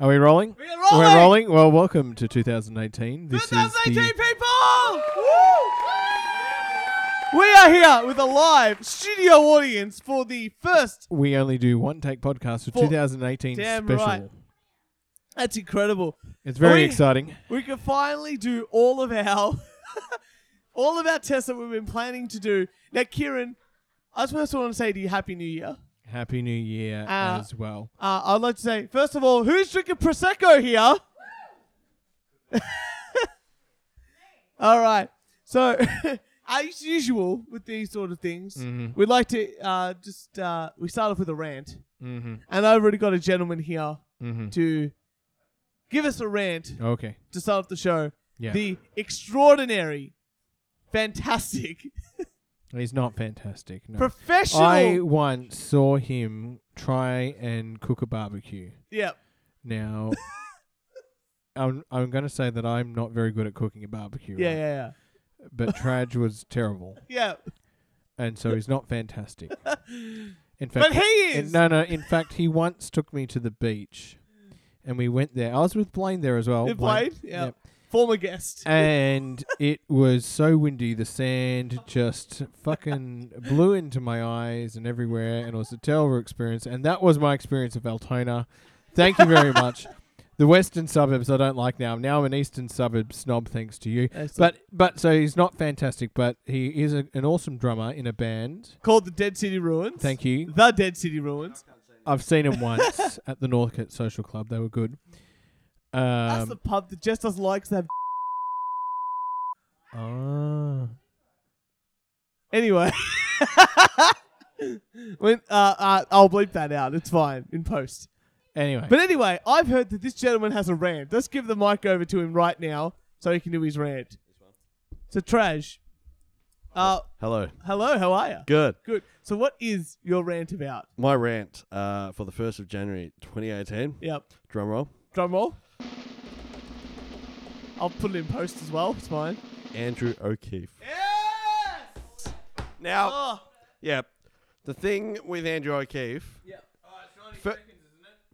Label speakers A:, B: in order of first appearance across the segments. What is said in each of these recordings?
A: Are we rolling?
B: We are rolling!
A: We're rolling. Well, welcome to 2018. This is
B: 2018
A: the,
B: people! We are here with a live studio audience for the first.
A: we only do one take podcast for,
B: For-
A: 2018
B: Damn
A: special.
B: right. That's incredible.
A: It's very
B: We-
A: exciting.
B: We can finally do all of our, all of our tests that we've been planning to do. Now, Kieran, I just want to say to you, Happy New Year.
A: Happy New Year
B: Uh,
A: as well.
B: Uh, I'd like to say, first of all, who's drinking Prosecco here? all right. So, as usual with these sort of things,
A: Mhm.
B: we'd like to uh, just, uh, we start off with a rant.
A: Mm-hmm.
B: And I've already got a gentleman here
A: Mm-hmm.
B: to give us a rant
A: Okay.
B: to start off the show.
A: Yeah.
B: The extraordinary, fantastic,
A: He's not fantastic. No.
B: professional.
A: I once saw him try and cook a barbecue.
B: yeah.
A: Now, I'm I'm going to say that I'm not very good at cooking a barbecue.
B: Yeah,
A: right?
B: yeah,
A: But Traj was terrible,
B: yeah. Yeah.
A: and so he's not fantastic. In fact,
B: But he
A: In-
B: is.
A: no, no. In fact, he once took me to the beach, and we went there. I was with Blaine there as well.
B: It played. Yeah.
A: Yep.
B: Former guest.
A: And it was so windy. The sand just fucking blew into my eyes and everywhere, and it was a terrible experience. And that was my experience of Altona. Thank you very much. The western suburbs I don't like now. Now I'm an eastern suburb snob, thanks to you.
B: Excellent.
A: But but so he's not fantastic, but he is a, an awesome drummer in a band.
B: called the Dead City Ruins.
A: Thank you.
B: The Dead City Ruins.
A: I've seen him once at the Northcote Social Club. They were good.
B: That's the
A: Um,
B: pub that just doesn't like to have.
A: ah,
B: Anyway. when, uh, uh, I'll bleep that out. It's fine in post.
A: anyway,
B: But anyway, I've heard that this gentleman has a rant. Let's give the mic over to him right now so he can do his rant. So, Trash. Uh,
C: Hello.
B: hello, how are you?
C: Good.
B: Good. So, what is your rant about?
C: My rant uh, for the 1st of January 2018.
B: Yep.
C: Drum roll.
B: Drum roll. I'll put it in post as well. It's fine.
C: Andrew O'Keefe.
B: Yes!
C: Now,
B: Oh.
C: yeah, the thing with Andrew O'Keefe. Yeah. Fir-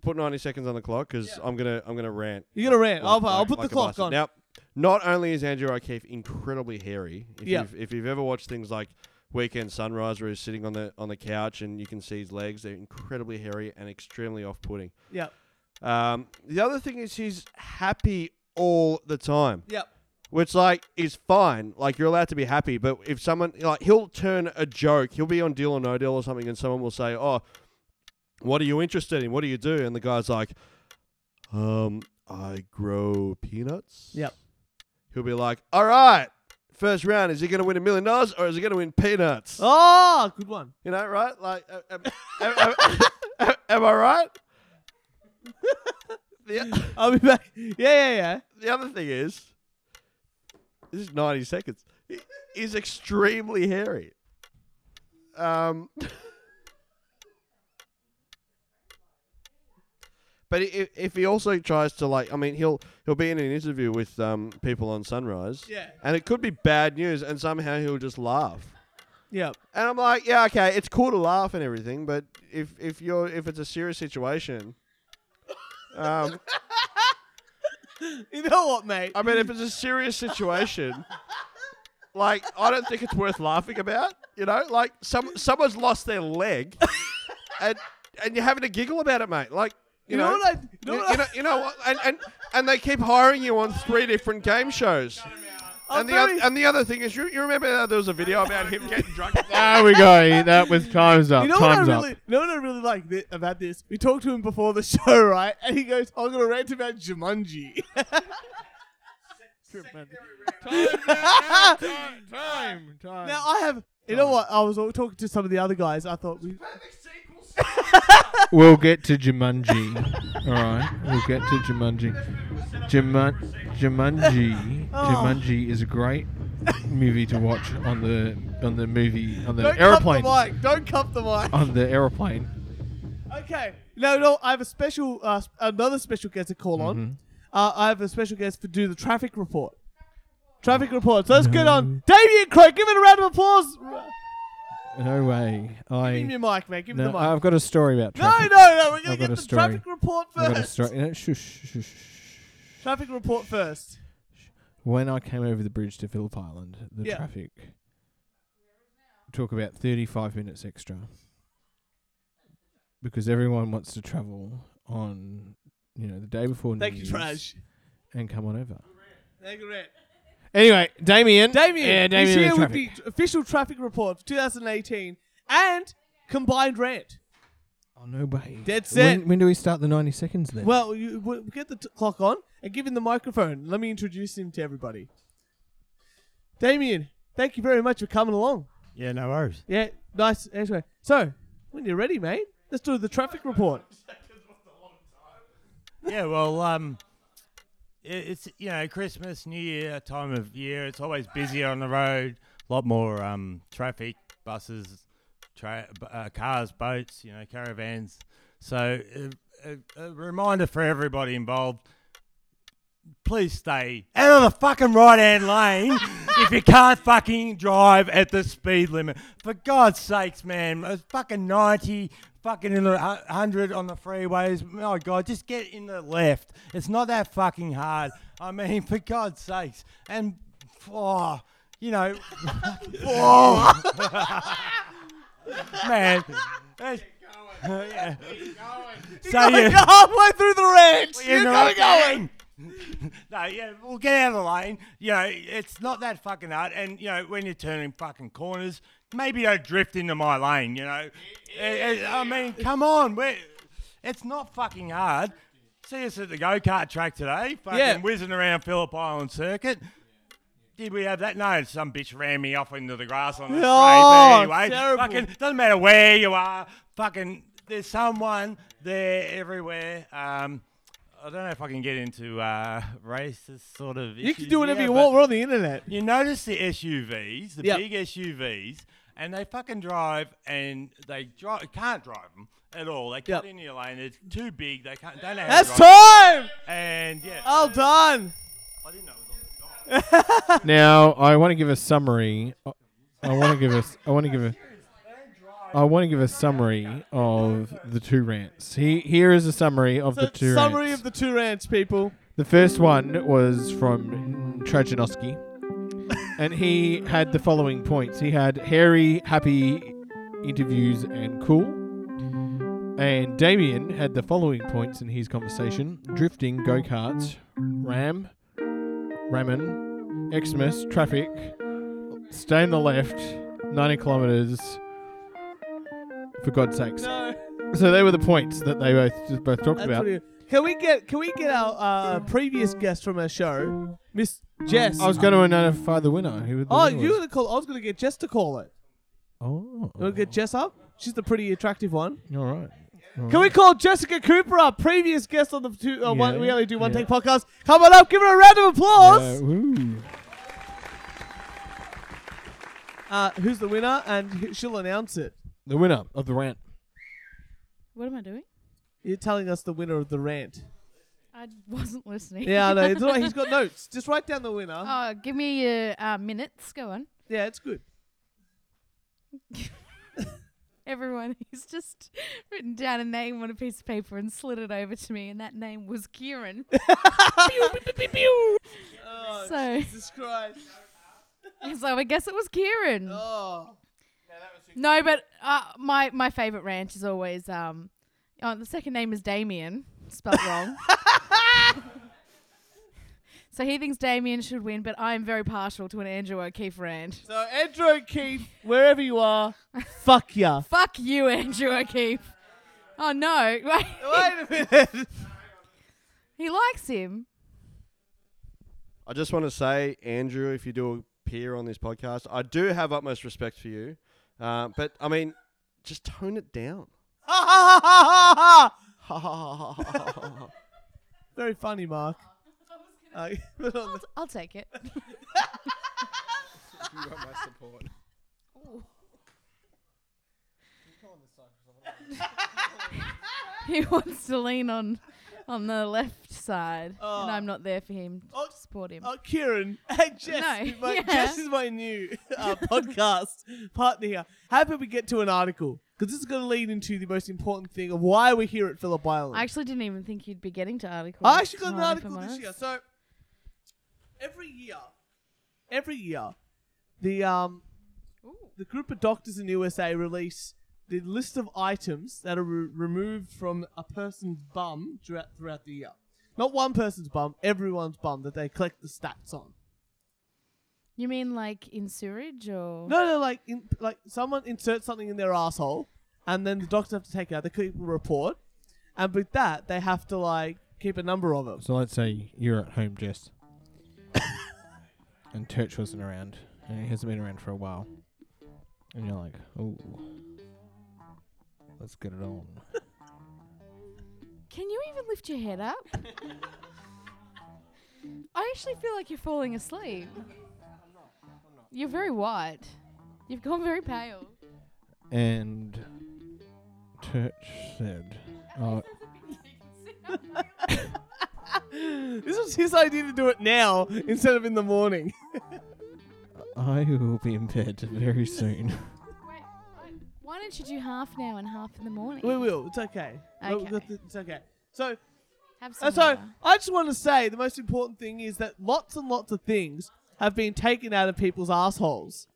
C: Put 90 seconds on the clock because I'm going to I'm gonna rant.
B: You're gonna rant. I'll, I'll put
C: like
B: the
C: a
B: clock
C: bastard.
B: on.
C: Now, not only is Andrew O'Keefe incredibly hairy, if,
B: Yeah.
C: you've, if you've ever watched things like Weekend Sunrise where he's sitting on the, on the couch and you can see his legs, they're incredibly hairy and extremely off putting.
B: Yep.
C: Um, the other thing is he's happy all the time.
B: Yep.
C: which like is fine. Like you're allowed to be happy, but if someone like he'll turn a joke, he'll be on Deal or No Deal or something, and someone will say, "Oh, what are you interested in? What do you do?" And the guy's like, "Um, I grow peanuts."
B: Yep.
C: He'll be like, "All right, first round, is he going to win a million dollars or is he going to win peanuts?"
B: Oh, good one.
C: You know, right? Like, uh, am, am- am- am I right? the,
B: I'll be back. Yeah, yeah, yeah.
C: the other thing is, this is 90 seconds, He- He's extremely hairy. Um, but i- if, if he also tries to like, I mean, he'll he'll be in an interview with um, people on Sunrise,
B: Yeah.
C: and it could be bad news, and somehow he'll just laugh.
B: Yep.
C: And I'm like, yeah, okay, it's cool to laugh and everything, but if if you're if it's a serious situation, um,
B: You know what, mate?
C: I mean, if it's a serious situation, like I don't think it's worth laughing about. You know, like some someone's lost their leg, and and you're having to giggle about it, mate. Like you,
B: You know what I- you know
C: you,
B: what I-
C: you know you know what, and and and they keep hiring you on three different game shows.
B: I'm
C: And the, other,
B: very-
C: and the other thing is, you, you remember how there was a video about him getting drunk?
A: there we go. That was time's up.
B: you know what I
A: time's
B: really,
A: up.
B: you know what I really like thi- about this? We talked to him before the show, right? And he goes, "I'm gonna rant about Jumanji."
A: Time, time, time.
B: now I have, you know what? I was all- talking to some of the other guys. I thought we,
A: we'll get to Jumanji. All right, we'll get to Jumanji. Juman- Jumanji.
B: Oh.
A: Jumanji is a great movie to watch on the on the movie on the
B: don't
A: airplane
B: cup the mic. Don't cup the mic.
A: on the airplane.
B: Okay. No, no. I have a special, uh, s- another special guest to call
A: Mm-hmm.
B: on. Uh, I have a special guest to do the traffic report. Traffic report. So let's get on. Damien Crow, give it a round of applause.
A: No way.
B: Give him
A: I.
B: your mic, man. Give him
A: No,
B: the mic.
A: I've got a story about
B: No, no,
A: traffic.
B: no. We're gonna
A: I've got
B: get
A: a
B: the
A: story.
B: traffic report
A: I've got a
B: first.
A: story. No, shush, shush, shush, shush.
B: Traffic report first.
A: When I came over the bridge to Phillip Island, the
B: Yeah.
A: traffic. Talk about 35 minutes extra. Because everyone wants to travel on, you know, the day before
B: Thank
A: New
B: you,
A: Year's
B: Trash.
A: and come on over.
B: Thank you, Rhett.
A: Anyway, Damien.
B: Damien,
A: Yeah, Damien.
B: he's
A: and the
B: here with
A: traffic.
B: the official traffic report for 2018 and combined rent.
A: Oh, no way.
B: Dead set.
A: When, when do we start the 90 seconds then?
B: Well, you, we'll get the t- clock on and give him the microphone. Let me introduce him to everybody. Damien, thank you very much for coming along.
D: Yeah, no worries.
B: Yeah, nice. Anyway, so when you're ready, mate, let's do the traffic report.
D: yeah, well, um, i- it's you know Christmas, New Year time of year. It's always busy on the road. A lot more um, traffic, buses, tra- b- uh, cars, boats, you know, caravans. So uh, a, a reminder for everybody involved: please stay out of the fucking right-hand lane if you can't fucking drive at the speed limit. For God's sakes, man, it's fucking 90, fucking in the hu- 100 on the freeways. My God, just get in the left. It's not that fucking hard. I mean, for God's sakes. And, oh, you know, oh, man. that's- yeah. So
B: You're
D: you
B: halfway through the rant.
D: well,
B: You're
D: know
B: going,
D: what I'm
B: going.
D: saying? no, yeah, well, get out of the lane. You know, it's not that fucking hard. And, you know, when you're turning fucking corners, maybe don't drift into my lane, you know. Eh, eh, I mean, come on. We're, it's not fucking hard. See us at the go kart track today, fucking
B: Yeah.
D: whizzing around Phillip Island Circuit. Did we have that? No, some bitch ran me off into the grass on
B: Oh,
D: the spray. But anyway,
B: terrible.
D: fucking doesn't matter where you are. Fucking, there's someone there everywhere. Um, I don't know if I can get into uh, racist sort of.
B: You can
D: issues
B: do whatever
D: here,
B: you
D: but
B: want. We're on the internet.
D: You notice the SUVs, the
B: Yep.
D: big SUVs, and they fucking drive and they drive, can't drive them at all. They
B: Yep.
D: cut in your lane. It's too big. They can't. Don't know how
B: That's
D: to drive.
B: time.
D: And yeah,
B: Well done.
D: I didn't know it was on the dot.
A: Now I want to give a summary. I- I want to give a. s- I want to give a.
B: Oh.
A: I want to give a summary of the two rants. He, here is a summary of the
B: So,
A: two
B: summary
A: rants.
B: of the two rants, people.
A: The first one was from Trajanowski, and he had the following points. He had hairy, happy interviews and cool. And Damien had the following points in his conversation drifting, go karts, ram, ramen, Xmas, traffic, stay on the left, 90 kilometres. For God's sakes.
B: No.
A: So they were the points that they both both talked
B: That's
A: about.
B: pretty good. Can we get can we get our uh, previous guest from our show, Miss Jess?
A: I was going to identify the winner. Who the
B: oh,
A: winner
B: you
A: was.
B: were the call. I was going to get Jess to call it.
A: Oh.
B: You want to get Jess up? She's the pretty attractive one.
A: All right.
B: Can we call Jessica Cooper, our previous guest on the two? Uh,
A: Yeah,
B: one, we only do one
A: yeah.
B: take podcast. Come on up, give her a round of applause. Uh, who's the winner? And who- she'll announce it.
A: the winner of the rant.
E: What am I doing?
B: You're telling us the winner of the rant.
E: I wasn't listening.
B: Yeah, I know. It's all right, He's got notes. Just write down the winner.
E: Oh, give me your uh, minutes. Go on.
B: Yeah, it's good.
E: Everyone, he's just written down a name on a piece of paper and slid it over to me, and that name was Kieran. Pew, pew, pew, pew.
B: Oh,
E: So-
B: Jesus Christ.
E: so I guess it was Kieran.
B: Oh.
E: No, but uh, my my favorite rant is always um, oh, the second name is Damien, spelled wrong. so he thinks Damien should win, but I am very partial to an Andrew O'Keefe rant.
B: So, Andrew Keith, wherever you are, fuck ya.
E: Fuck you, Andrew O'Keefe. Oh no, wait.
B: Wait a minute.
E: he likes him.
C: I just want to say, Andrew, if you do appear on this podcast, I do have utmost respect for you. Uh, but I mean, just tone it down.
B: Very funny, Mark. Uh, put on
E: I'll,
B: the-
E: I'll take it. he wants to lean on on the left side,
B: Oh.
E: and I'm not there for him.
B: Oh,
E: support him.
B: Oh, Kieran and Jess.
E: No,
B: my,
E: yeah.
B: Jess is my new uh, podcast partner here. How about we get to an article? Because this is going to lead into the most important thing of why we're here at Phillip Island.
E: I actually didn't even think you'd be getting to articles.
B: I actually got an
E: tomorrow, if I'm
B: article this
E: honest.
B: year. So every year, every year, the um,
E: Ooh.
B: the group of doctors in the USA release the list of items that are re- removed from a person's bum throughout, throughout the year. Not one person's bum, everyone's bum that they collect the stats on.
E: You mean like in sewage or?
B: No, no, like in, like someone inserts something in their asshole, and then the doctors have to take it out. They keep a report, and with that, they have to like keep a number of them.
A: So let's say you're at home, Jess, and Turch wasn't around, and he hasn't been around for a while, and you're like, "Ooh, let's get it on."
E: Can you even lift your head up? I actually feel like you're falling asleep. You're very white. You've gone very pale.
A: And Turch said, "Oh,
B: this was his idea to do it now instead of in the morning.
A: I will be in bed very soon."
E: Why don't you do half now and half in the morning?
B: We will. It's okay. We- we-
E: Okay.
B: It's okay. So,
E: Have some
B: uh, so
E: water.
B: I just want to say the most important thing is that lots and lots of things have been taken out of people's assholes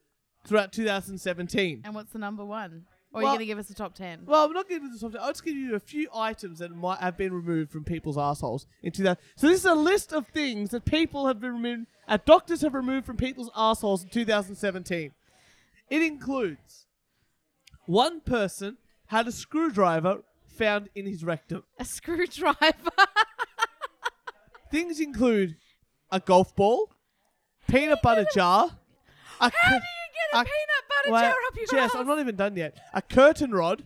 B: throughout 2017.
E: And what's the number one?
B: Well-
E: Or are you going to give us the top ten?
B: Well, I'm not giving you the soft. I'll just give you a few items that might have been removed from people's assholes in 2000. So this is a list of things that people have been removed, uh, doctors have removed from people's assholes in 2017. It includes one person had a screwdriver found in his rectum.
E: a screwdriver.
B: Things include a golf ball, peanut butter jar, a
E: How do
B: cur-
E: you get a
B: I-
E: peanut butter
B: Well,
E: jar up your
B: Jess,
E: ass?
B: I'm not even done yet. A curtain rod,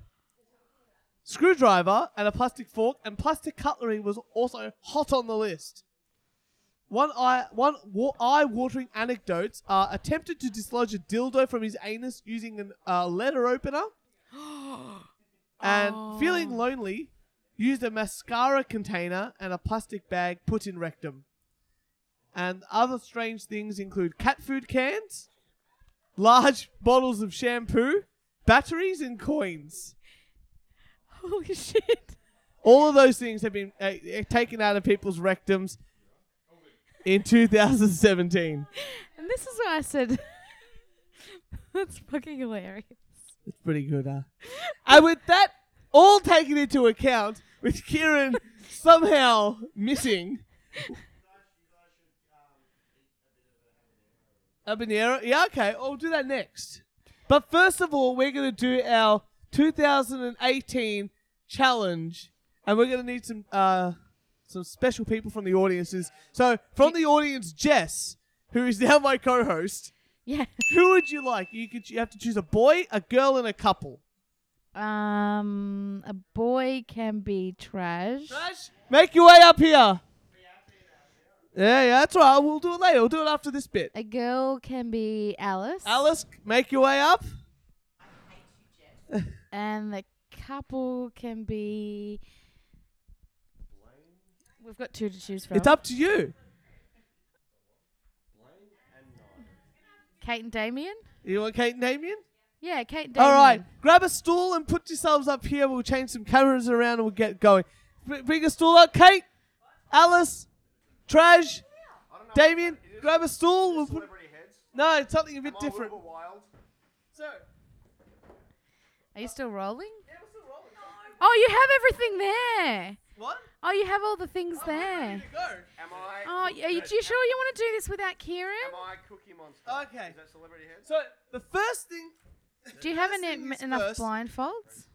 B: screwdriver, and a plastic fork, and plastic cutlery was also hot on the list. One eye, one wa- eye-watering anecdotes are attempted to dislodge a dildo from his anus using a uh, letter opener, and
E: Oh.
B: feeling lonely, used a mascara container and a plastic bag put in rectum. And other strange things include cat food cans, large bottles of shampoo, batteries, and coins.
E: Holy shit.
B: All of those things have been uh, uh, taken out of people's rectums in 2017.
E: And this is why I said that's fucking hilarious.
B: It's pretty good, huh? And with that all taken into account, with Kieran somehow missing. Habanero? Yeah, okay. I'll do that next. But first of all, we're going to do our 2018 challenge, and we're going to need some uh, some special people from the audiences. So, from the audience, Jess, who is now my co-host,
E: Yeah.
B: who would you like? You could you have to choose a boy, a girl, and a couple.
E: Um, a boy can be trash.
B: Guys, Make your way up here. Yeah, yeah, that's right. We'll do it later. We'll do it after this bit.
E: A girl can be Alice.
B: Alice, make your way up.
E: And the couple can be. We've got two to choose from.
B: It's up to you.
E: Kate and Damien.
B: You want Kate and Damien?
E: Yeah, Kate and Damien.
B: All right. Grab a stool and put yourselves up here. We'll change some cameras around and we'll get going. Br- Bring a stool up. Kate, Alice, Trash, Damien, grab a stool. We'll put, no, it's something a bit different. So,
E: Are you still rolling? Oh, you have everything there.
B: what?
E: Oh, you have all the things there.
B: Here you go.
C: Am I?
E: Oh, y- are you, do you sure you want to do this without Kieran?
C: I Cookie Monster?
B: Okay. Is that
C: celebrity heads?
B: So, the first thing.
E: Do you have
B: first
E: en-
B: thing is
E: enough
B: first.
E: blindfolds?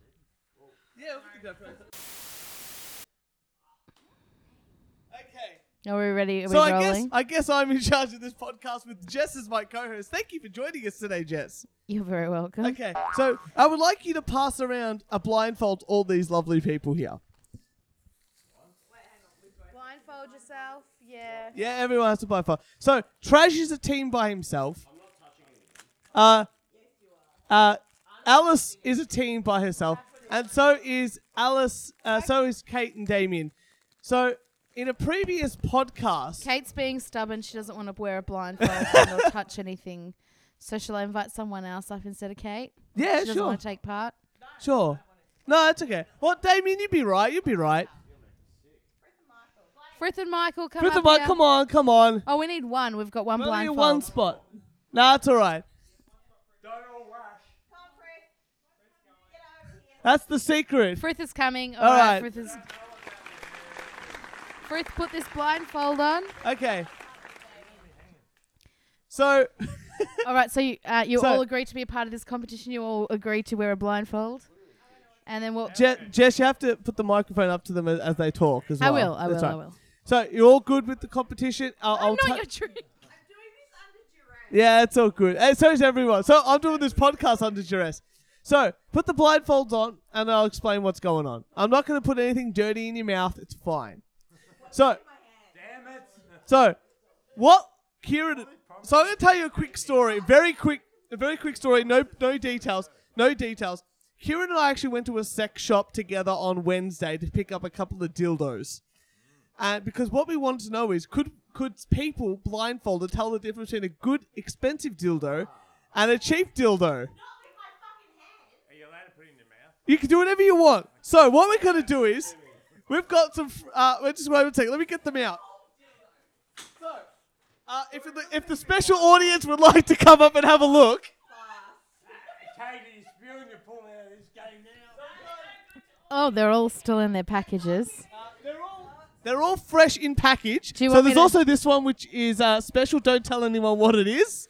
B: Yeah, we'll go first. Okay.
E: Are we ready? Are
B: so
E: we
B: I guess
E: rolling?
B: I guess I'm in charge of this podcast with Jess as my co-host. Thank you for joining us today, Jess.
E: You're very welcome.
B: Okay, so I would like you to pass around a blindfold to all these lovely people here.
E: Blindfold yourself. Yeah.
B: Yeah, everyone has a blindfold. So Trash is a team by himself. Uh, uh, Alice is a team by herself, and so is Alice. Uh, so is Kate and Damien. So in a previous podcast,
E: Kate's being stubborn. She doesn't want to wear a blindfold or touch anything. So shall I invite someone else up instead of Kate?
B: yeah,
E: she doesn't
B: sure,
E: want to take part.
B: sure. No, it's okay. Well, Damien, you'd be right. You'd be right.
E: Frith and Michael, come
B: Fifth
E: up
B: of all,
E: here.
B: come on, come on.
E: Oh, we need one. We've got one
B: Only in
E: blindfold.
B: one spot. No, it's all right. That's the secret.
E: Frith is coming.
B: All
E: All right.
B: right.
E: Frith is. Frith, put this blindfold on.
B: Okay. So,
E: All right, so you, uh, you
B: So-
E: all agree to be a part of this competition. You all agree to wear a blindfold, and then we'll.
B: Je- Jess, you have to put the microphone up to them as, as they talk as
E: I
B: well.
E: will. I will.
B: That's
E: I
B: right.
E: will.
B: So, you're all good with the competition? I'll,
E: I'm
B: I'll
E: not
B: tou-
E: your drink.
B: Yeah, it's all good. And so is everyone. So, I'm doing this podcast under duress. So, put the blindfolds on and I'll explain what's going on. I'm not going to put anything dirty in your mouth. It's fine. So,
D: Damn it.
B: So, what Kieran? So I'm gonna tell you a quick story, very quick, a very quick story. No, no details, no details. Kieran and I actually went to a sex shop together on Wednesday to pick up a couple of dildos, and because what we wanted to know is could could people blindfolded tell the difference between a good expensive dildo and a cheap dildo?
D: Are you allowed to put it in your mouth?
B: You can do whatever you want. So what we're gonna do is, we've got some. fr- Uh, wait just wait a second. Let me get them out. So, uh, if the if the special audience would like to come up and have a look,
D: Katie, you're spewing your pulling out of this game now.
E: Oh, they're all still in their packages.
B: they're all they're all fresh in package.
E: Do you
B: So
E: want me
B: there's
E: to-
B: also this one which is uh, special. Don't tell anyone what it is.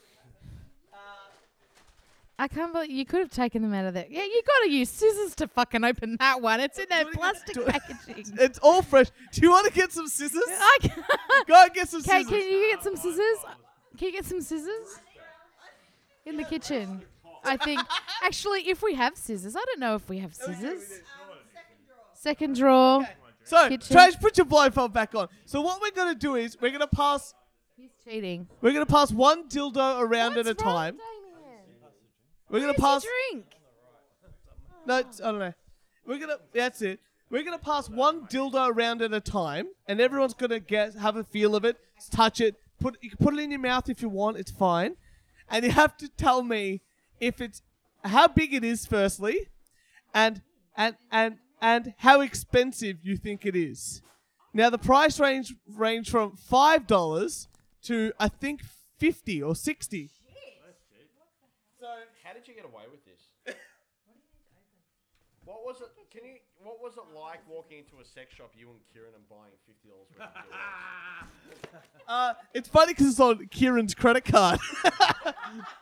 E: I can't believe you could have taken them out of there. Yeah, you got to use scissors to fucking open that one. It's in their plastic packaging.
B: It's all fresh. Do you want to get some scissors?
E: I can't.
B: Go and get some
E: Kate,
B: scissors.
E: can you get some scissors? Can you get some scissors? In the kitchen. I think. Actually, if we have scissors, I don't know if we have scissors. Um, Second drawer.
B: so,
E: kitchen?
B: Trash, put your blindfold back on. So what we're gonna do is we're gonna pass
E: He's cheating.
B: we're gonna pass one dildo around at a
E: What's wrong,
B: time.
E: Damien?
B: We're gonna
E: What is your
B: pass.
E: drink.
B: No, it's- I don't know. We're gonna. That's it. We're gonna pass one dildo around at a time, and everyone's gonna guess, have a feel of it, touch it. Put you can put it in your mouth if you want. It's fine, and you have to tell me if it's how big it is firstly, and and and and how expensive you think it is. Now the price range range from five dollars to I think fifty or sixty.
C: How did you get away with this? What was it? Can you? What was it like walking into a sex shop, you and Kieran, and buying fifty dollars worth of dildos?
B: Uh, it's funny because it's on Kieran's credit card.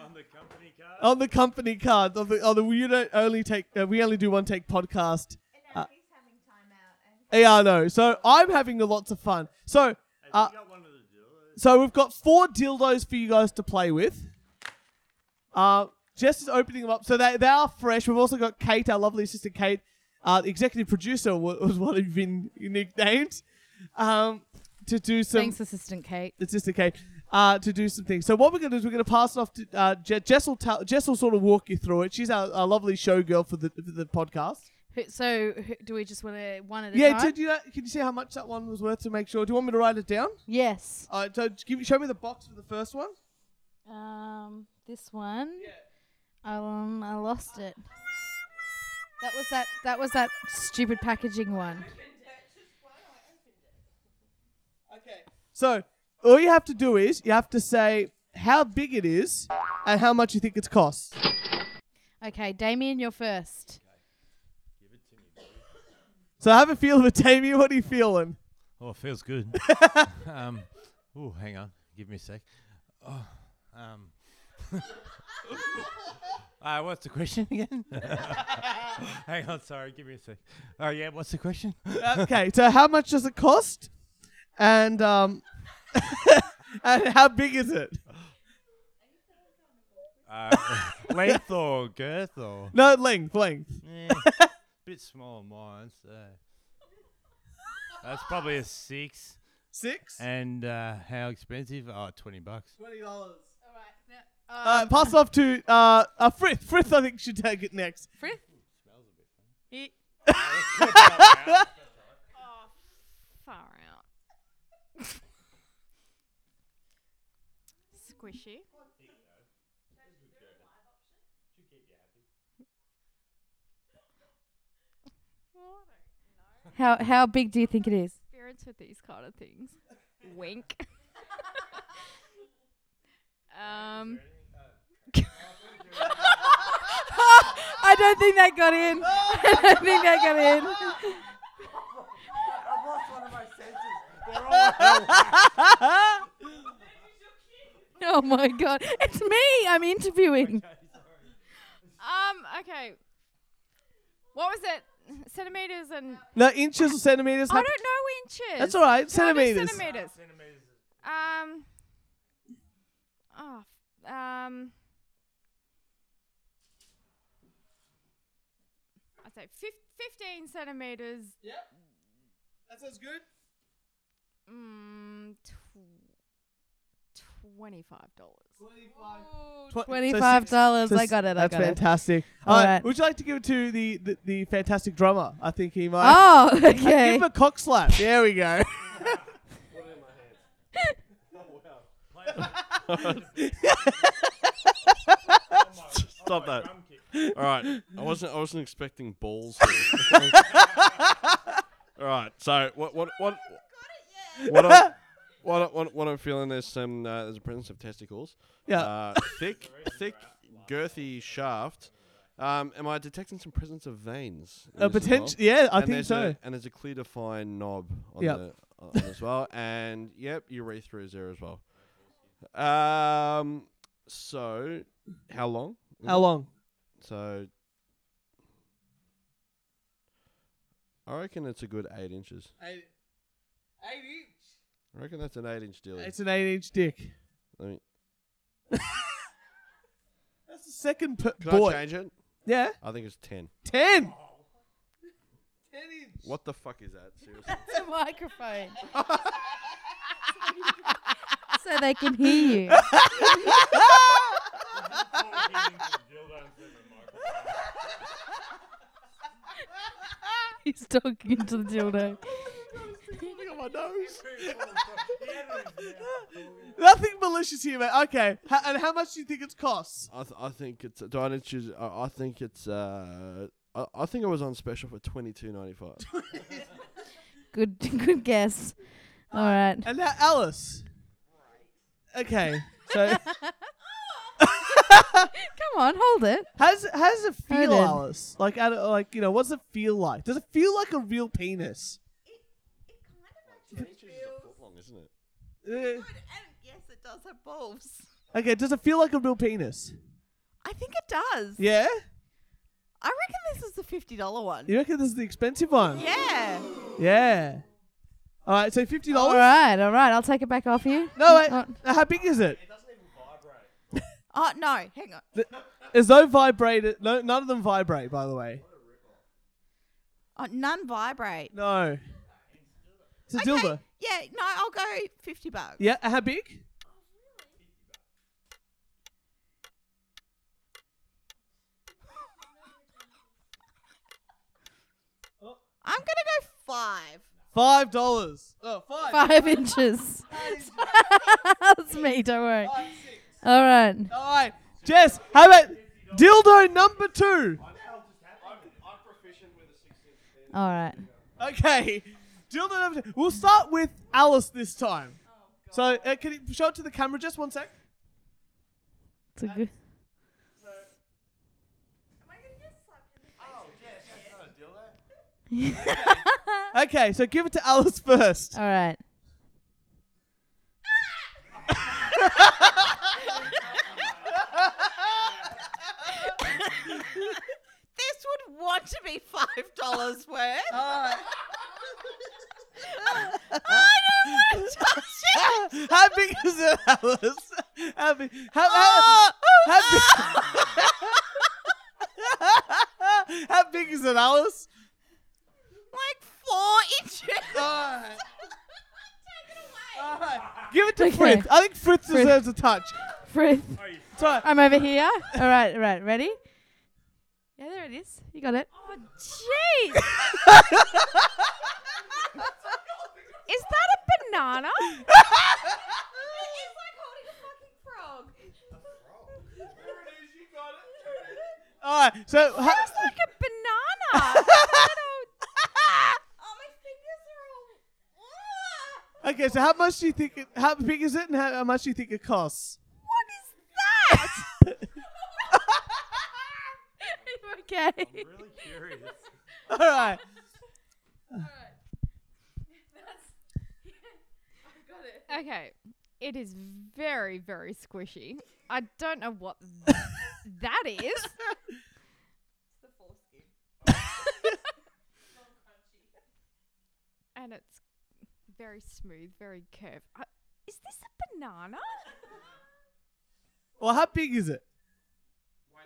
D: On the company card.
B: on the company card on the on the we don't only take uh, we only do one take podcast. Uh, yeah, I know. So I'm having a lots of fun. So uh,
D: you got one of the dealers.
B: so we've got four dildos for you guys to play with. Uh, Jess is opening them up, so they they are fresh. We've also got Kate, our lovely assistant Kate, uh, the executive producer wa- was what you've been nicknamed, um, to do some
E: Thanks, Assistant Kate.
B: it's just a cake uh, to do some things. So what we're going to do is we're going to pass it off to uh, Je- Jess. Will tell Jess will sort of walk you through it. She's our, our lovely showgirl for the for the podcast.
E: Who- So, who- do we just want to one at a
B: Yeah,
E: time?
B: did you uh, can you see how much that one was worth to make sure? Do you want me to write it down?
E: yes.
B: All right, so just give, show me the box for the first one.
E: Um, this one. Um, I lost it. That was that. That was that stupid packaging one.
B: Okay. So all you have to do is you have to say how big it is and how much you think it costs.
E: Okay, Damien, you're first.
B: So have a feel of it, Damien. What are you feeling?
D: Oh, it feels good. um, oh, hang on. Give me a sec. Oh, um. uh, what's the question again? hang on, sorry. Give me a sec. Oh, yeah, what's the question?
B: okay. So how much does it cost? And um, and how big is it?
D: Uh, length or girth or?
B: No length, length.
D: Eh, bit small mine, so. That's probably a six.
B: Six?
D: And uh, how expensive? Oh, 20 bucks.
B: Twenty dollars.
E: All
B: Uh,
E: right.
B: pass it off to uh, uh, Frith. Frith, I think should take it next.
E: Frith. Smells a bit funny. far out. Squishy. Well, I don't know. How how big do you think it is? Experience with these kind of things. Wink. um. I don't think that got in. I don't think that got in.
F: I've lost one of my senses. They're all
E: Oh my god, it's me. I'm interviewing. Um. Okay. What was it? Centimeters and
B: No, inches or centimeters.
E: I don't know inches.
B: That's all right.
E: How many
B: Centimeters.
E: Centimeters. Um. Oh. f- Um. I'd say fif- 15 centimeters.
B: That sounds good.
E: Mm, tw- $25.
B: Twen- so
E: $25.
B: So
E: I got it. I
B: That's
E: got it.
B: fantastic.
E: All
B: All right.
E: right.
B: Would you like to give it to the, the, the fantastic drummer? I think he might.
E: Oh,
B: Give
E: okay.
B: him a cock slap. There we go.
C: Stop that. All right. I wasn't. I wasn't expecting balls. Here. All right. So what? What? What? What? I'm, what, I- what, what I'm feeling there's some uh, there's a presence of testicles.
B: Yeah.
C: Uh, thick, thick, girthy shaft. Um, am I detecting some presence of veins? in
B: a
C: this as
B: potential.
C: well?
B: Yeah, I
C: and
B: think
C: there's
B: so.
C: A, and there's a clear defined knob on
B: Yep.
C: the on as well. And yep, urethra is there as well. Um. So, how long? is
B: How
C: it?
B: long?
C: So I reckon it's a good eight inches.
B: Eight, eight
C: I reckon that's an eight inch dilly.
B: It's an eight-inch dick.
C: Let me,
B: That's the second per-
C: can
B: boy.
C: I change it?
B: Yeah,
C: I think it's ten.
B: ten. Ten inch.
C: What the fuck is that? Seriously.
E: It's a microphone. so they can hear you. He's talking into the dildo.
B: Nothing malicious here, mate. Okay. How, and how much do you think it costs?
C: I, th- I think it's do I need to choose I, I think it's uh I, I think I was on special for twenty two ninety five.
E: Good, good guess. All right.
B: And now Alice. Okay. So
E: Come on, hold it.
B: how's how does it
E: Heard
B: feel,
E: it.
B: Alice? Like I don't, like you know, what's it feel like? Does it feel like a real penis?
C: Ten inches is a foot long, isn't it?
B: Eh.
E: Uh.
F: And yes, it does have balls.
B: Okay, does it feel like a real penis?
F: I think it does.
B: Yeah?
F: I reckon this is the fifty dollar one.
B: You reckon this is the expensive one?
F: Yeah.
B: Yeah. All right, so fifty
E: All
B: dollars.
E: right, all right. I'll take it back off you.
B: No, wait.
E: Oh,
B: Now, How big is it?
F: Oh no, hang on.
B: There's no vibrator. No, none of them vibrate. By the way,
F: Oh, none vibrate.
B: no. It's a
F: Okay,
B: dildo.
F: Yeah, no, I'll go fifty bucks.
B: Yeah. How big?
F: I'm gonna go five.
B: Five dollars. Oh, five.
E: Five inches. That's me. Don't worry. All right.
B: All right, Jess. How about dildo number two?
E: All right.
B: Okay. Dildo number two. We'll start with Alice this time. So, uh, can you show it to the camera just one sec?
E: It's a good.
B: Okay, so give it to Alice first.
E: All right.
F: This would want to be five dollars worth.
B: Oh, How big is it, Alice? How big? How, how,
F: Oh,
B: how, big, how big is it, Alice?
F: like four inches.
B: Alright.
F: Take it away.
B: Alright. Give it to
E: Okay.
B: Fritz. I think Fritz,
E: Fritz.
B: deserves a touch.
E: Frith.
B: It's alright.
E: I'm over here. All right, all right. Ready? Yeah, there it is. You got it.
F: Oh, jeez.
E: Is that a banana?
F: It's like holding a fucking frog.
B: All right, so ho-
E: It's like a banana. Little-
F: Oh, my fingers are all.
B: okay, so how much do you think? It, how big is it, and how, how much do you think it costs?
E: what is that? Are you okay.
D: really curious.
B: All right,
E: Okay. It is very, very squishy. I don't know what th- that is.
F: The foreskin.
E: And it's very smooth, very curved. I, is this a banana?
B: well, how big is it?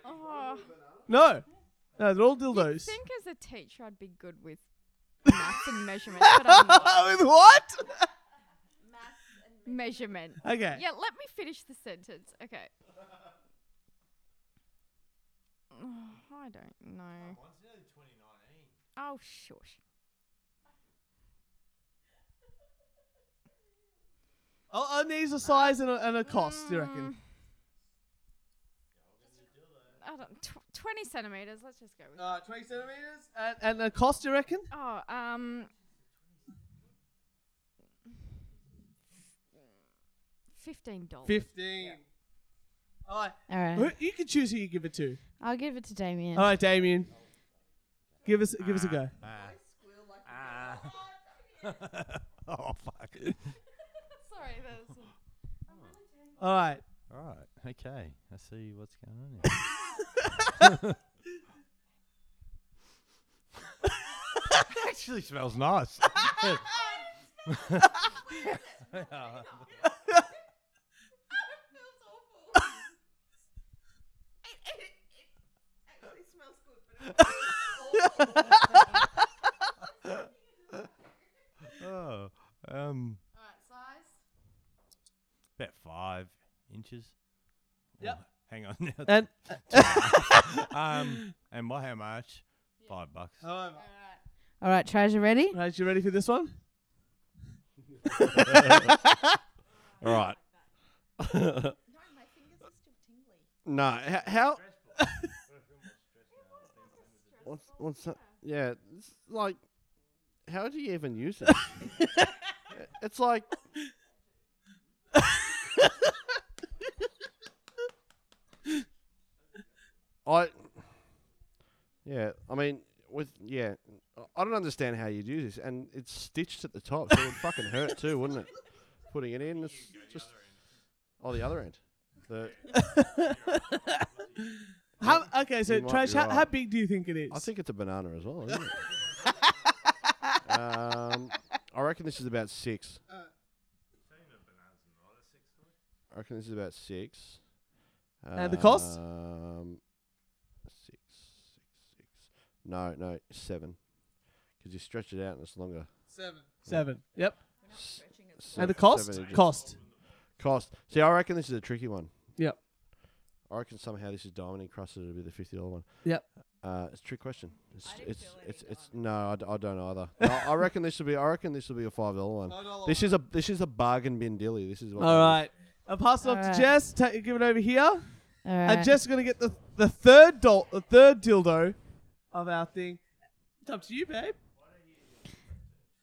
E: Oh,
B: No, no, they're all
E: I
B: dildos.
E: think as a teacher I'd be good with math and measurement, but I'm not.
B: With what?
E: Measurement.
B: Okay.
E: Yeah, let me finish the sentence. Okay. Oh, I don't know. Oh, shush.
B: Oh, and these a size and a, and a cost. You
E: Mm.
B: reckon?
E: I don't. Tw- Twenty centimeters. Let's just go with.
B: Uh, twenty centimeters. And, and a cost. You reckon?
E: Oh, um. Fifteen dollars.
B: Fifteen. All right.
G: All right.
B: Who, you can choose who you give it to.
G: I'll give it to Damien.
B: All right, Damien. Give us give us a go.
D: oh fuck.
E: Sorry, that was.
B: All right.
D: All right. Okay. I see what's going on here. Actually, smells nice.
F: feels awful. it, it, it actually smells good, but it
D: oh, um,
E: Alright, size.
D: about five inches.
B: Yep.
D: Oh, hang on now.
B: And
D: um, and by how much? Five bucks.
B: all
G: All right, Treasure, ready?
B: right, you ready for this one?
C: All right.
F: No, my fingers are still tingly.
C: No, h- how? what's what's that? Yeah, it's like, how do you even use it? it's like. I. Yeah, I mean, with yeah, I- I don't understand how you'd use this, and it's stitched at the top, so it would fucking hurt too, wouldn't it? Putting it in, it's just. Oh, the other end. The
B: How okay? So
C: You might
B: trash.
C: be
B: How,
C: right.
B: how big do you think it is?
C: I think it's a banana as well, isn't it? um, I reckon this is about six. I reckon this is about six.
B: And the cost?
C: Um, six, six, six. No, no, seven. Because you stretch it out and it's longer.
B: seven. Yep.
C: S-
B: and the
C: seven-
B: cost?
C: seven inches.
B: Cost.
C: Cost. See, I reckon this is a tricky one.
B: Yep.
C: I reckon somehow this is diamond encrusted. It'll be the fifty dollar one.
B: Yep.
C: Uh, it's a trick question. It's it's it's, it's no, I, d- I don't either. No, I reckon this will be. I reckon this will be a five dollar one. This is a this is a bargain bin dilly. This is what
B: All right. I'll pass it off
G: Alright.
B: to Jess. Ta give it over here.
G: All right.
B: And Jess is gonna get the the third doll, the third dildo of our thing. It's up to you, babe.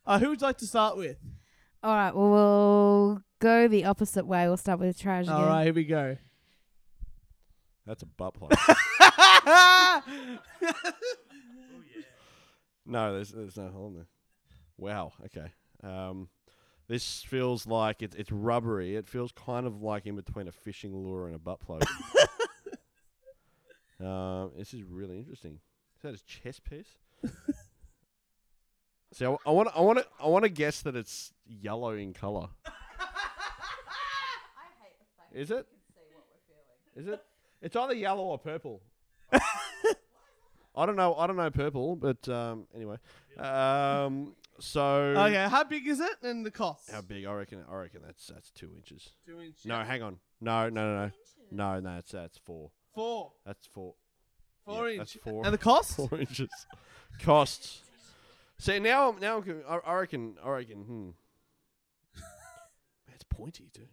B: Uh, who would you like to start with?
G: All right. Well, we'll go the opposite way. We'll start with Treasure.
B: All right, here we go.
C: That's a butt plug. Oh, no, there's there's no hole in there. Wow. Okay. Um, this feels like it's it's rubbery. It feels kind of like in between a fishing lure and a butt plug. um, this is really interesting. Is that his chest piece? See, I want to I want to I want to guess that it's yellow in color.
F: I hate the fact
C: Is it?
F: can see what we're feeling.
C: Is it? It's either yellow or purple. I don't know. I don't know purple, but um, anyway. Um, so
B: Okay, how big is it and the cost?
C: how big? I reckon. I reckon that's that's two inches.
B: Two inches.
C: No, hang on. No, no, no, no, no. No, that's that's four.
B: Four.
C: That's four.
B: Four
C: Yeah, that's
B: inch.
C: four.
B: And the cost?
C: Four inches. Costs. See now, I'm now I'm. con- I, I reckon. I reckon. Hmm. pointy too.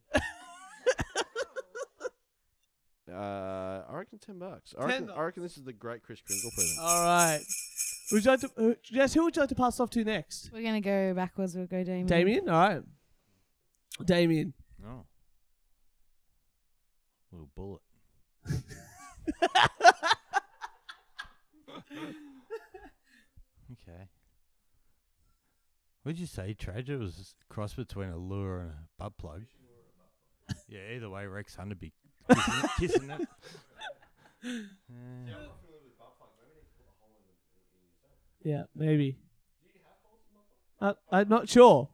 C: Uh, I reckon ten bucks. I reckon, I
B: $10.
C: reckon this is the great Chris Kringle present.
B: All right. Would you like to, uh, Jess, who would you like to pass off to next?
E: We're gonna go backwards. We'll go Damien.
B: Damien? All right. Damien.
D: Oh. Little bullet. okay. What'd you say? Trager was a cross between a lure and a butt plug. yeah, either way, Rex Hunter be kissing, kissing it. Yeah.
B: Yeah, maybe. Uh, I'm not sure.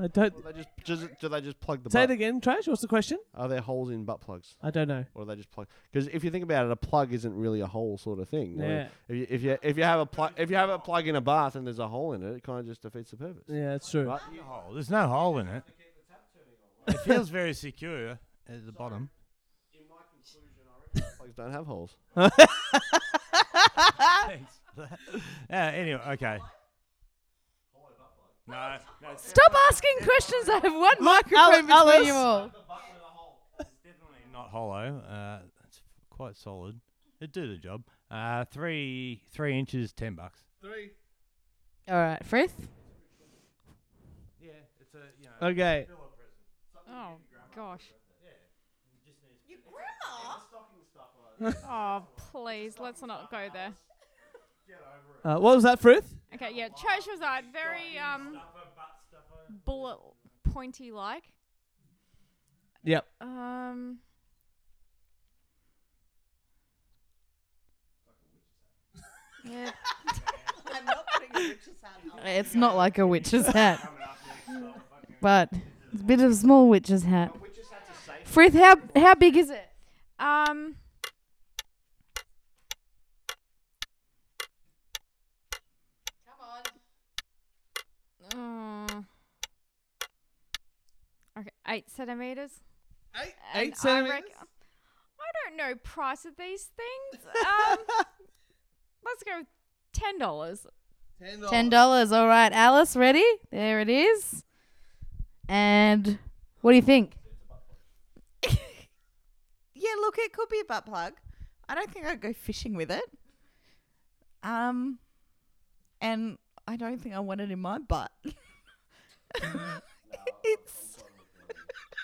B: I don't.
C: Well, they just, just- do they just plug the
B: Say it
C: butt?
B: again, Trash. What's the question?
C: Are there holes in butt plugs?
B: I don't know.
C: Or do they just plug? Because if you think about it, a plug isn't really a hole sort of thing. Like,
B: Yeah.
C: If you if you, if you have a plug if you have a plug in a bath and there's a hole in it, it kind of just defeats the purpose.
B: Yeah, it's true.
C: Right.
D: Hole. There's no hole in it. It feels very secure at the bottom.
C: Plugs don't have holes.
D: Thanks. for that. yeah, anyway, okay. No, no, it's
H: Stop asking questions. I have one
B: Ale-
H: microphone
B: Alice.
H: between you all.
D: definitely not hollow. Uh, it's quite solid. It do the job. Uh, three three inches, ten bucks.
E: All right, Frith.
D: Yeah, it's a you know.
B: Okay.
H: Oh gosh.
F: Your grandma?
H: Oh please, let's not go there.
B: Uh, what was that, Frith?
I: Okay, yeah, Church was right. Very um, bullet pointy like.
B: Yep.
I: Um. Yeah.
F: I'm not putting a witch's hat on.
E: It's not like a witch's hat, but it's a bit of a small witch's hat. Frith, how how big is it?
I: Um. Come on. Uh, okay, eight centimeters.
B: Eight,
I: And
B: eight centimeters.
I: I, reckon- I don't know price of these things. Um, let's go with ten dollars.
E: Ten dollars. All right, Alice, ready? There it is. And what do you think?
F: Yeah, look, it could be a butt plug. I don't think I'd go fishing with it. Um, and I don't think I want it in my butt. it's.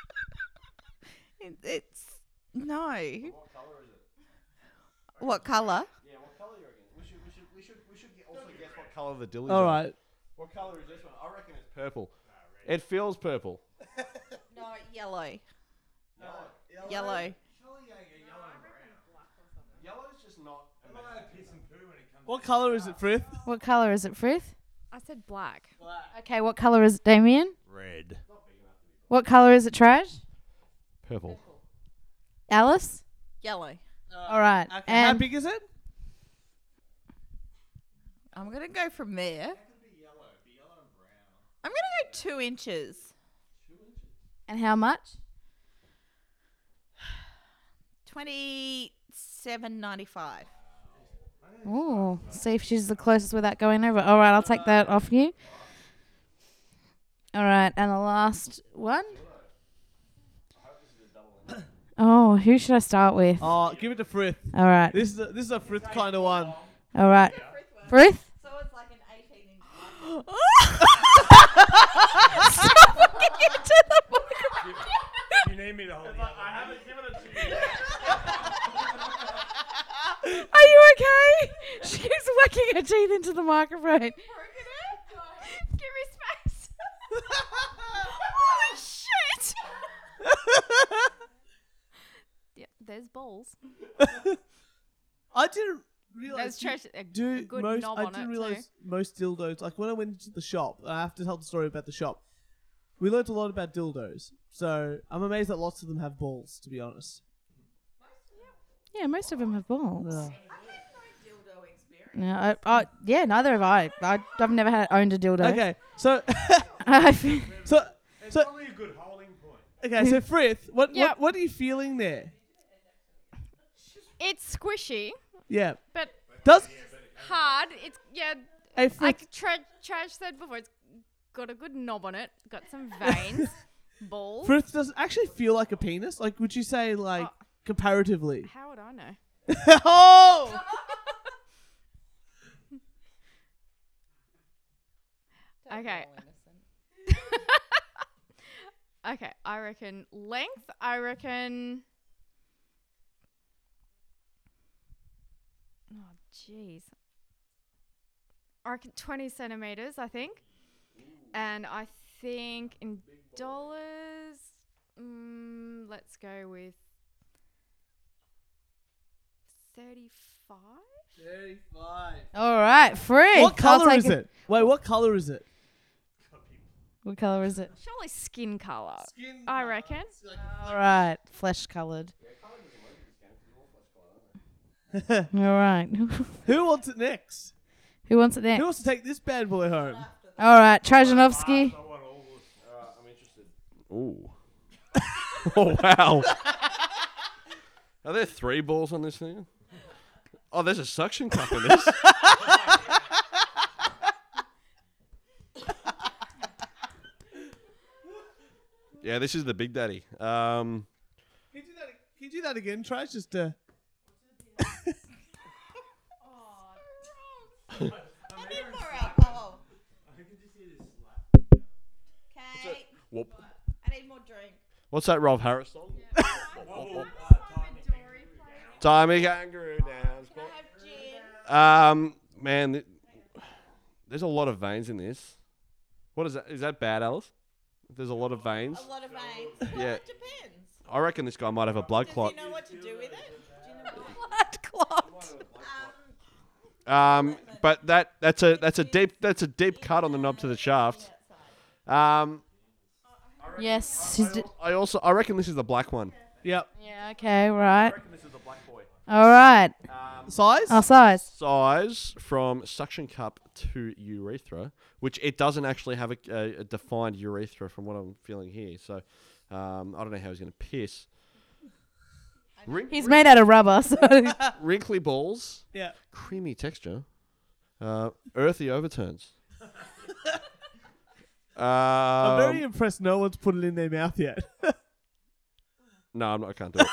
F: it, it's no. What color
C: Yeah. What color you reckon? We should we should we should we should get- also guess what color the dillies
B: All
C: are.
B: right.
C: What color is this one? I reckon it's purple. It feels purple.
F: No, yellow. Yellow. Yellow.
C: Yellow's just not.
B: What color is it, Frith?
E: What color is it, Frith?
I: I said black.
E: Okay, what color is it, Damien?
D: Red.
E: What color is it, Trash?
C: Purple.
E: Alice.
F: Yellow.
E: All right,
B: Okay, How
E: and
B: big is it?
F: I'm gonna go from there. I'm gonna go two inches.
E: and how much?
F: Twenty-seven ninety-five.
E: Ooh, see if she's the closest without going over. All right, I'll take that off you. All right, and the last one. Oh, who should I start with? All
B: Oh, give it to Frith.
E: right,
B: This is a, this is a Frith kind of one.
E: all right. Ruth,
F: So it's like an eighteen inch.
D: You need me to hold it.
E: are you okay? She keeps whacking her teeth into the microphone.
I: Give me space. Holy Oh, shit! yeah, there's balls.
B: I didn't realize.
I: There's trash. A
B: do
I: good
B: most
I: knob
B: I
I: on
B: didn't
I: it
B: realize most dildos like when I went into the shop I have to tell the story about the shop we learnt a lot about dildos so I'm amazed that lots of them have balls to be honest
E: Yeah, most of them have balls.
B: Yeah.
E: No, I, I, yeah, neither have I. I. I've never had owned a dildo.
B: okay so
E: I feel-
B: so so
D: Only a good holding point.
B: okay so Frith what,
I: Yeah.
B: what what are you feeling there
I: too. It's squishy,
B: yeah
I: but
B: does
I: hard. It's yeah.
B: hey
I: I
B: Frith
I: tra- trash said before. It's got a good knob on it, got some veins, ball.
B: Firth does it actually feel like a penis. Like, would you say like
I: Oh.
B: comparatively?
I: How would I know?
B: oh,
I: Okay. okay, I reckon length, I reckon. Oh, jeez. I reckon 20 centimeters, I think. And I think in dollars, mm, let's go with 35?
G: All right, free.
B: what
G: I'll
B: color
G: take
B: is it? Wait, what color is it?
G: What color is it?
I: Surely skin color. I reckon.
G: All right, flesh colored. All right.
B: Who wants it next?
G: Who wants it
B: Who
G: next?
B: wants to take this bad boy home?
G: All right,
C: Ah,
G: Trajanovsky.
C: Ooh. oh wow. Are there three balls on this thing? Oh, there's a suction cup in this. yeah, this is the big daddy. Um,
B: Can you do that? Can you do that again? Try it's just to.
F: I need more alcohol. Okay.
C: whoop.
F: I need more drink.
C: What's that Rolf Harris song? Tommy Kangaroo Downs.
F: I have gin.
C: Um, man, th- there's a lot of veins in this. What is that? Is that bad, Alice? If There's a lot of veins.
F: A lot of veins. Well,
C: Yeah.
F: it depends.
C: I reckon this guy might have a blood
F: Does
C: clot.
F: he know what to do with it? Do you know what to do?
G: Blood clot.
F: Um,
C: Um, but that that's a that's a deep that's a deep cut on the knob to the shaft. Um,
G: Yes. She's d-
C: I also I reckon this is the black one.
B: Yep.
G: yeah. Okay. Right.
C: This is the black boy.
G: All right.
B: Size?
E: Oh.
G: Our size.
C: Size from suction cup to urethra, which it doesn't actually have a, a, a defined urethra from what I'm feeling here. So um, I don't know how he's going to piss. Wrin-
G: He's made out of rubber, so
C: wrinkly balls,
B: Yeah.
C: creamy texture, uh, earthy overturns.
B: I'm very
C: um,
B: impressed. No one's put it in their mouth yet.
C: no, I'm not. I can't do it.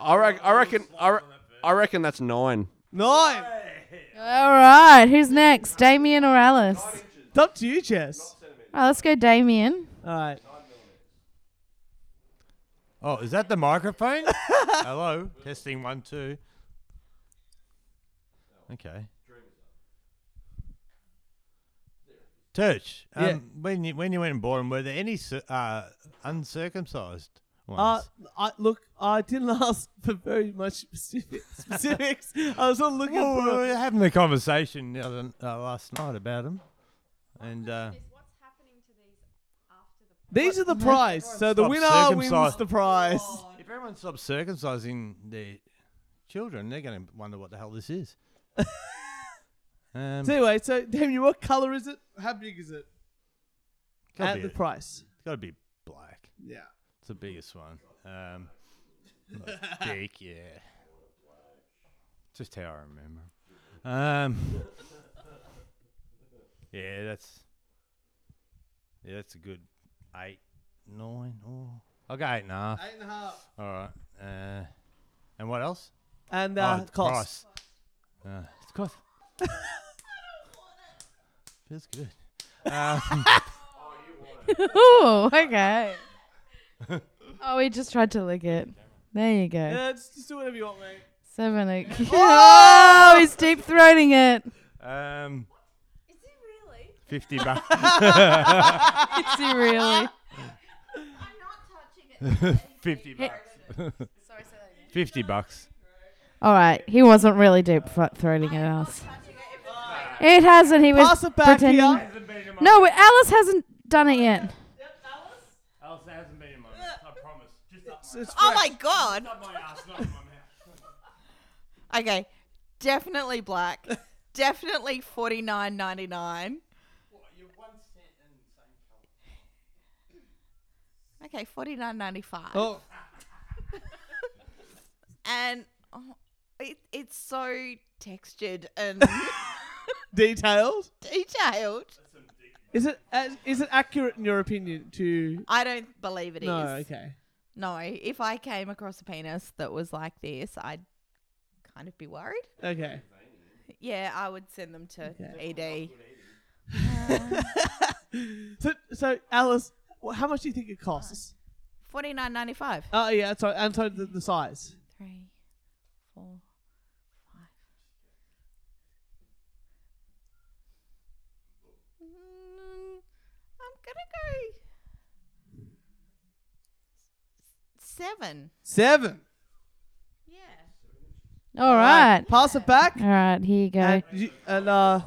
C: I, rec- I reckon. I, re- I reckon that's nine.
B: Nine.
G: All right, who's next, Damien or Alice?
B: It's up to you, Jess.
G: Oh, let's go, Damien.
B: All right.
D: Oh, is that the microphone? Hello, testing one two. Okay. Church, um,
B: Yeah.
D: when you when you went and bought 'em, were there any cir- uh, uncircumcised
B: Uh,
D: ones?
B: I, look, I didn't ask for very much specific, specifics. I was sort of looking
D: Well, we
B: for.
D: were having a conversation the other, uh, last night about them, and uh,
I: What's happening to these after the
B: These are the prize. So the
D: Stop
B: winner wins
D: circumcised.
B: the prize.
D: if everyone stops circumcising their children, they're going to wonder what the hell this is. um,
B: So anyway, so Damien, what color is it? How big is it?
D: gotta
B: At
D: be
B: the
D: a-
B: price.
D: It's got to be black.
B: Yeah.
D: It's the biggest one. Um, like dick, yeah. Just how I remember. Um, yeah, that's yeah, that's a good eight, nine. Oh, I'll go eight and a half.
B: Eight and a half.
D: All right. Uh, and what else?
B: And uh,
D: oh,
B: cost.
D: price. Uh, it's cost. Feels good. Um,
G: Ooh, okay. oh, he just tried to lick it. There you go.
B: Yeah, just, just do whatever you want, mate.
G: Seven. o- Oh, he's deep throating it.
D: um,
I: Is it really?
D: fifty bucks.
G: Is he really?
I: I'm not touching it.
D: 50
G: Hey.
D: bucks. 50 bucks.
G: All right, he wasn't really deep fro- throating at us. It hasn't. He was
B: Pass it back
G: pretending.
B: here.
G: No, Alice hasn't done it yet.
D: Alice, that hasn't been in my mouth. I promise. Just up
B: It's- it's
F: Oh
B: fresh.
F: my god.
D: my ass, not in my mouth.
F: Okay. Definitely black. Definitely forty nine ninety nine. Okay, forty nine ninety five.
B: Oh,
F: And oh, it, it's so textured and
B: detailed.
F: detailed.
B: Is it as- is it accurate in your opinion to?
F: I don't believe it is.
B: no, okay.
F: No, if I came across a penis that was like this, I'd kind of be worried.
B: Okay.
F: Yeah, I would send them to E ED.
B: So so Alice, wh- how much do you think it costs?
F: Forty nine ninety five.
B: Oh yeah, so and so the, the size.
F: Three, four, five. Mm, I'm gonna go seven.
B: Seven.
F: Yeah.
E: All right.
B: Pass it back.
E: All right, here you go.
B: And, you, and uh,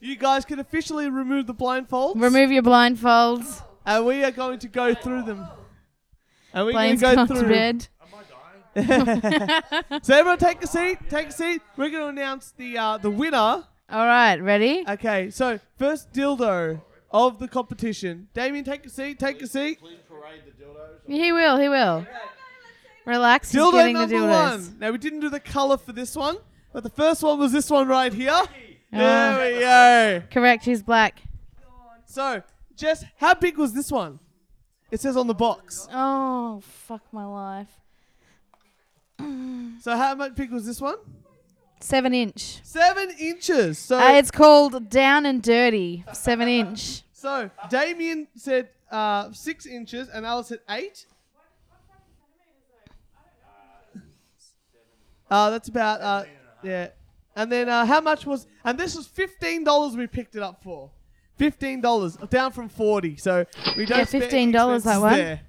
B: you guys can officially remove the blindfolds.
E: Remove your blindfolds.
B: And we are going to go through them. And we're going
E: Planes
B: to go
E: gone
B: through.
E: to bed.
B: So everyone, take a seat. Take a seat. We're going to announce the uh, the winner.
E: All right, ready?
B: Okay, so first dildo of the competition. Damien, take a seat. Take a seat.
E: He will. He will. Relax. He's
B: Dildo
E: getting the
B: number
E: dildos.
B: one. Now we didn't do the color for this one, but the first one was this one right
E: Ah.
B: here. There we go.
E: Correct. He's black.
B: So, Jess, how big was this one? It says on the box.
E: Oh, fuck my life.
B: So how much big was this one?
E: Seven inch.
B: Seven inches. So
E: Uh, it's called Down and Dirty. Seven inch.
B: So Damien said uh, six inches, and Alice said eight. Uh, that's about uh, yeah. And then uh, how much was? And this was fifteen dollars. We picked it up for fifteen dollars, down from forty. So we don't.
E: Yeah,
B: spare any
E: $15 that
B: expenses
E: one.
B: there.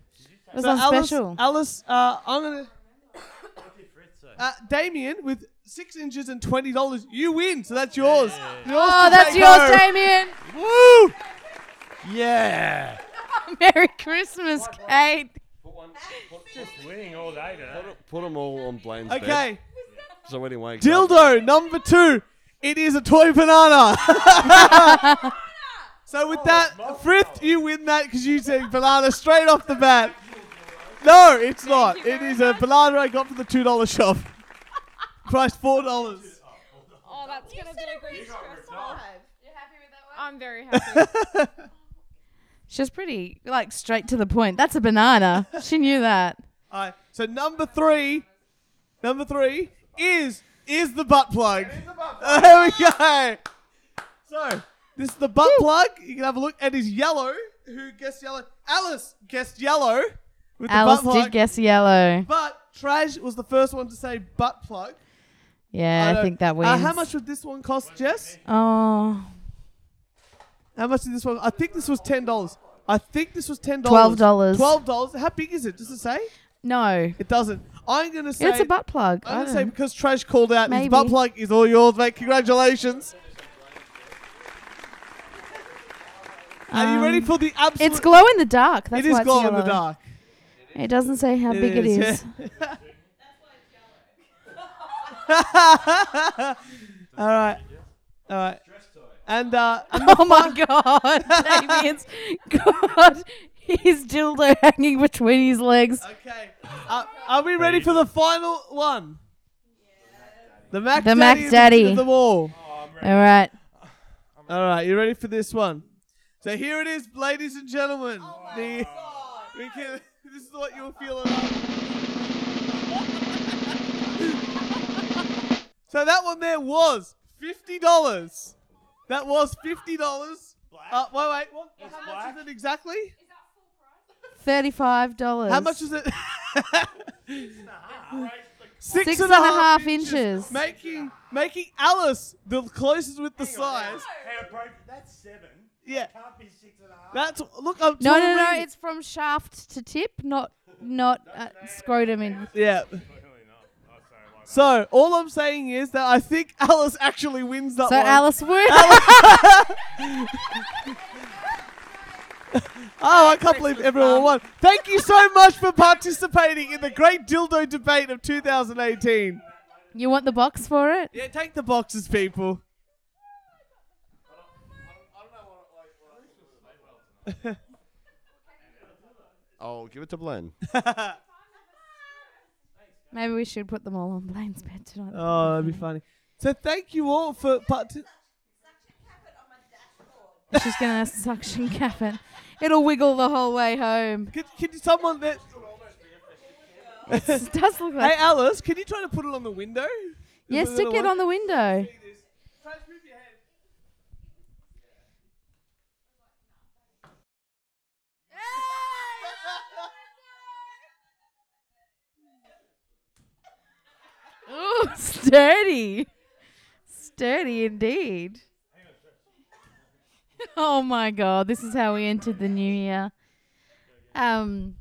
E: It was
B: So
E: on
B: Alice,
E: special.
B: Alice, uh, I'm gonna. Uh, Damien, with six inches and twenty dollars, you win. So that's yours. Yours
E: Oh,
B: to
E: that's
B: take
E: yours,
B: home.
E: Damien.
B: Woo!
D: Yeah.
E: Merry Christmas, Kate.
D: Just winning all day today.
C: Put them all on Blaine's bed.
B: Okay,
C: So anyway,
B: dildo number two. It is a toy banana. so with that, Frith, you win that because you said banana straight off the bat. No, it's not. It is a banana I got from the two dollar shop. Priced four dollars.
I: Oh, that's gonna be a great stress.
F: Five.
I: I'm very happy.
E: She's pretty, like, straight to the point. That's a banana. She knew that.
B: All right. So number three, number three is is the butt plug. There we go. So this is the butt plug. You can have a look. And is yellow. Who guessed yellow? Alice guessed yellow with
E: Alice
B: the butt plug.
E: did guess yellow.
B: but Trash was the first one to say butt plug.
E: Yeah, I,
B: don't-
E: think that wins.
B: Uh, how much would this one cost, Jess?
E: Oh,
B: How much did this one? I think this was ten dollars. I think this was ten dollars.
E: $12.
B: Twelve dollars. How big is it? Does it say?
E: no.
B: It doesn't. I'm gonna say
E: it's a butt plug. I
B: I'm gonna
E: don't
B: say
E: know.
B: because Trash called out his
E: Maybe.
B: butt plug is all yours, mate. Congratulations. Are you ready
E: Um,
B: for the absolute?
E: It's glow in the dark. That's
B: it is
E: why it's
B: glow in the
E: yellow.
B: dark.
E: It doesn't say how big it
B: yeah.
E: is.
B: all right, all right. And uh,
E: oh my god, Damien's god, his dildo hanging between his legs.
B: okay, uh, are we ready for the final one? The Mac
E: The Mac
B: Daddy,
E: Daddy.
B: of them all.
E: All right,
B: All right, you ready for this one? So here it is, ladies and gentlemen. The- we can- this is what you'll feel about. so that one there was fifty dollars. That was fifty dollars. Uh, wait, wait. What, how much is it exactly?
E: thirty-five dollars.
B: How much is it?
E: Six and a half inches.
B: Making making Alice the closest with the size.
D: Hey, bro, that's seven.
B: Yeah,
D: Can't be six and a half.
B: that's look. I'm
E: No, no,
B: totally
E: no.
B: reading it.
E: It's from shaft to tip, not not uh, scrotum. In
B: Yeah.
D: Really not. Oh, sorry, why not?
B: So all I'm saying is that I think Alice actually wins that
E: so
B: one.
E: Alice Wood.
B: oh, I can't believe everyone won. Thank you so much for participating in the great dildo debate of 2018.
E: you want the box for it?
B: Yeah, take the boxes, people.
C: I'll give it to Blaine.
E: Maybe we should put them all on Blaine's bed tonight.
B: Oh, that'd be funny. So thank you all for part.
E: It's just gonna suction cap it. It'll wiggle the whole way home.
B: Could, could someone that.
E: It does look
B: Hey,
E: like.
B: Alice, can you try to put it on the window?
E: Yeah,
B: Is
E: stick
B: that
E: it
B: a-
E: on the window. Ooh, sturdy. Sturdy indeed. Oh my god, this is how we entered the new year. Um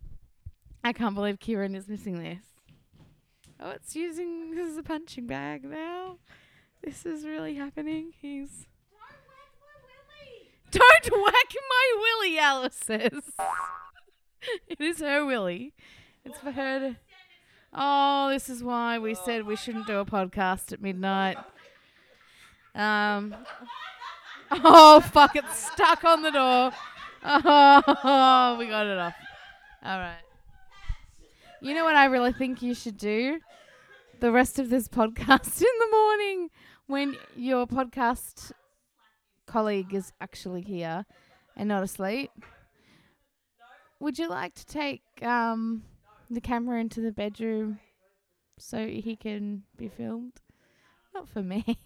E: I can't believe Kieran is missing this. Oh, it's using this as a punching bag now. This is really happening. He's Don't whack my willy, Alice says. it is her willy. It's for her to Oh, this is why we said we shouldn't do a podcast at midnight. Um. Oh fuck! It's stuck on the door. Oh, we got it off. All right. You know what I really think you should do? The rest of this podcast in the morning when your podcast colleague is actually here and not asleep. Would you like to take um, the camera into the bedroom so he can be filmed? Not for me.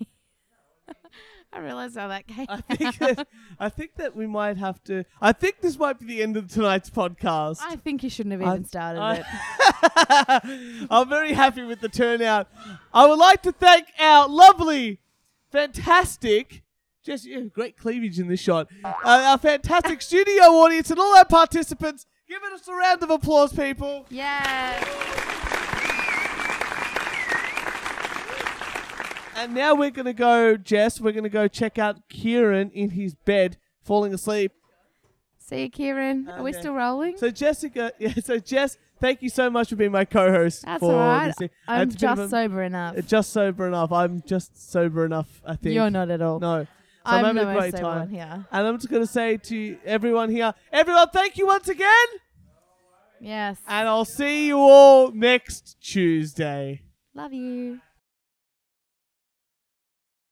E: I realize how that came.
B: I think, that, I think that we might have to. I think this might be the end of tonight's podcast.
E: I think you shouldn't have
B: I-
E: even started
B: I-
E: it.
B: I'm very happy with the turnout. I would like to thank our lovely, fantastic, just yeah, great cleavage in this shot, uh, our fantastic studio audience and all our participants. Give us a round of applause, people.
I: Yeah.
B: And now we're going to go, Jess, we're going to go check out Kieran in his bed falling asleep.
E: See you, Kieran. Are we
B: Okay.
E: still rolling?
B: So, Jessica, yeah, so Jess, thank you so much for being my co host.
E: That's
B: for
E: alright.
B: This thing.
E: I'm
B: It's a bit of
E: just
B: a-
E: sober enough.
B: Uh, Just sober enough. I'm just sober enough, I think.
E: You're not at all.
B: No. So I'm,
E: I'm,
B: having
E: the
B: a
E: most
B: great
E: sober
B: time.
E: one here.
B: And I'm just going to say to everyone here, everyone, thank you once again.
E: Yes.
B: And I'll see you all next Tuesday.
E: Love you.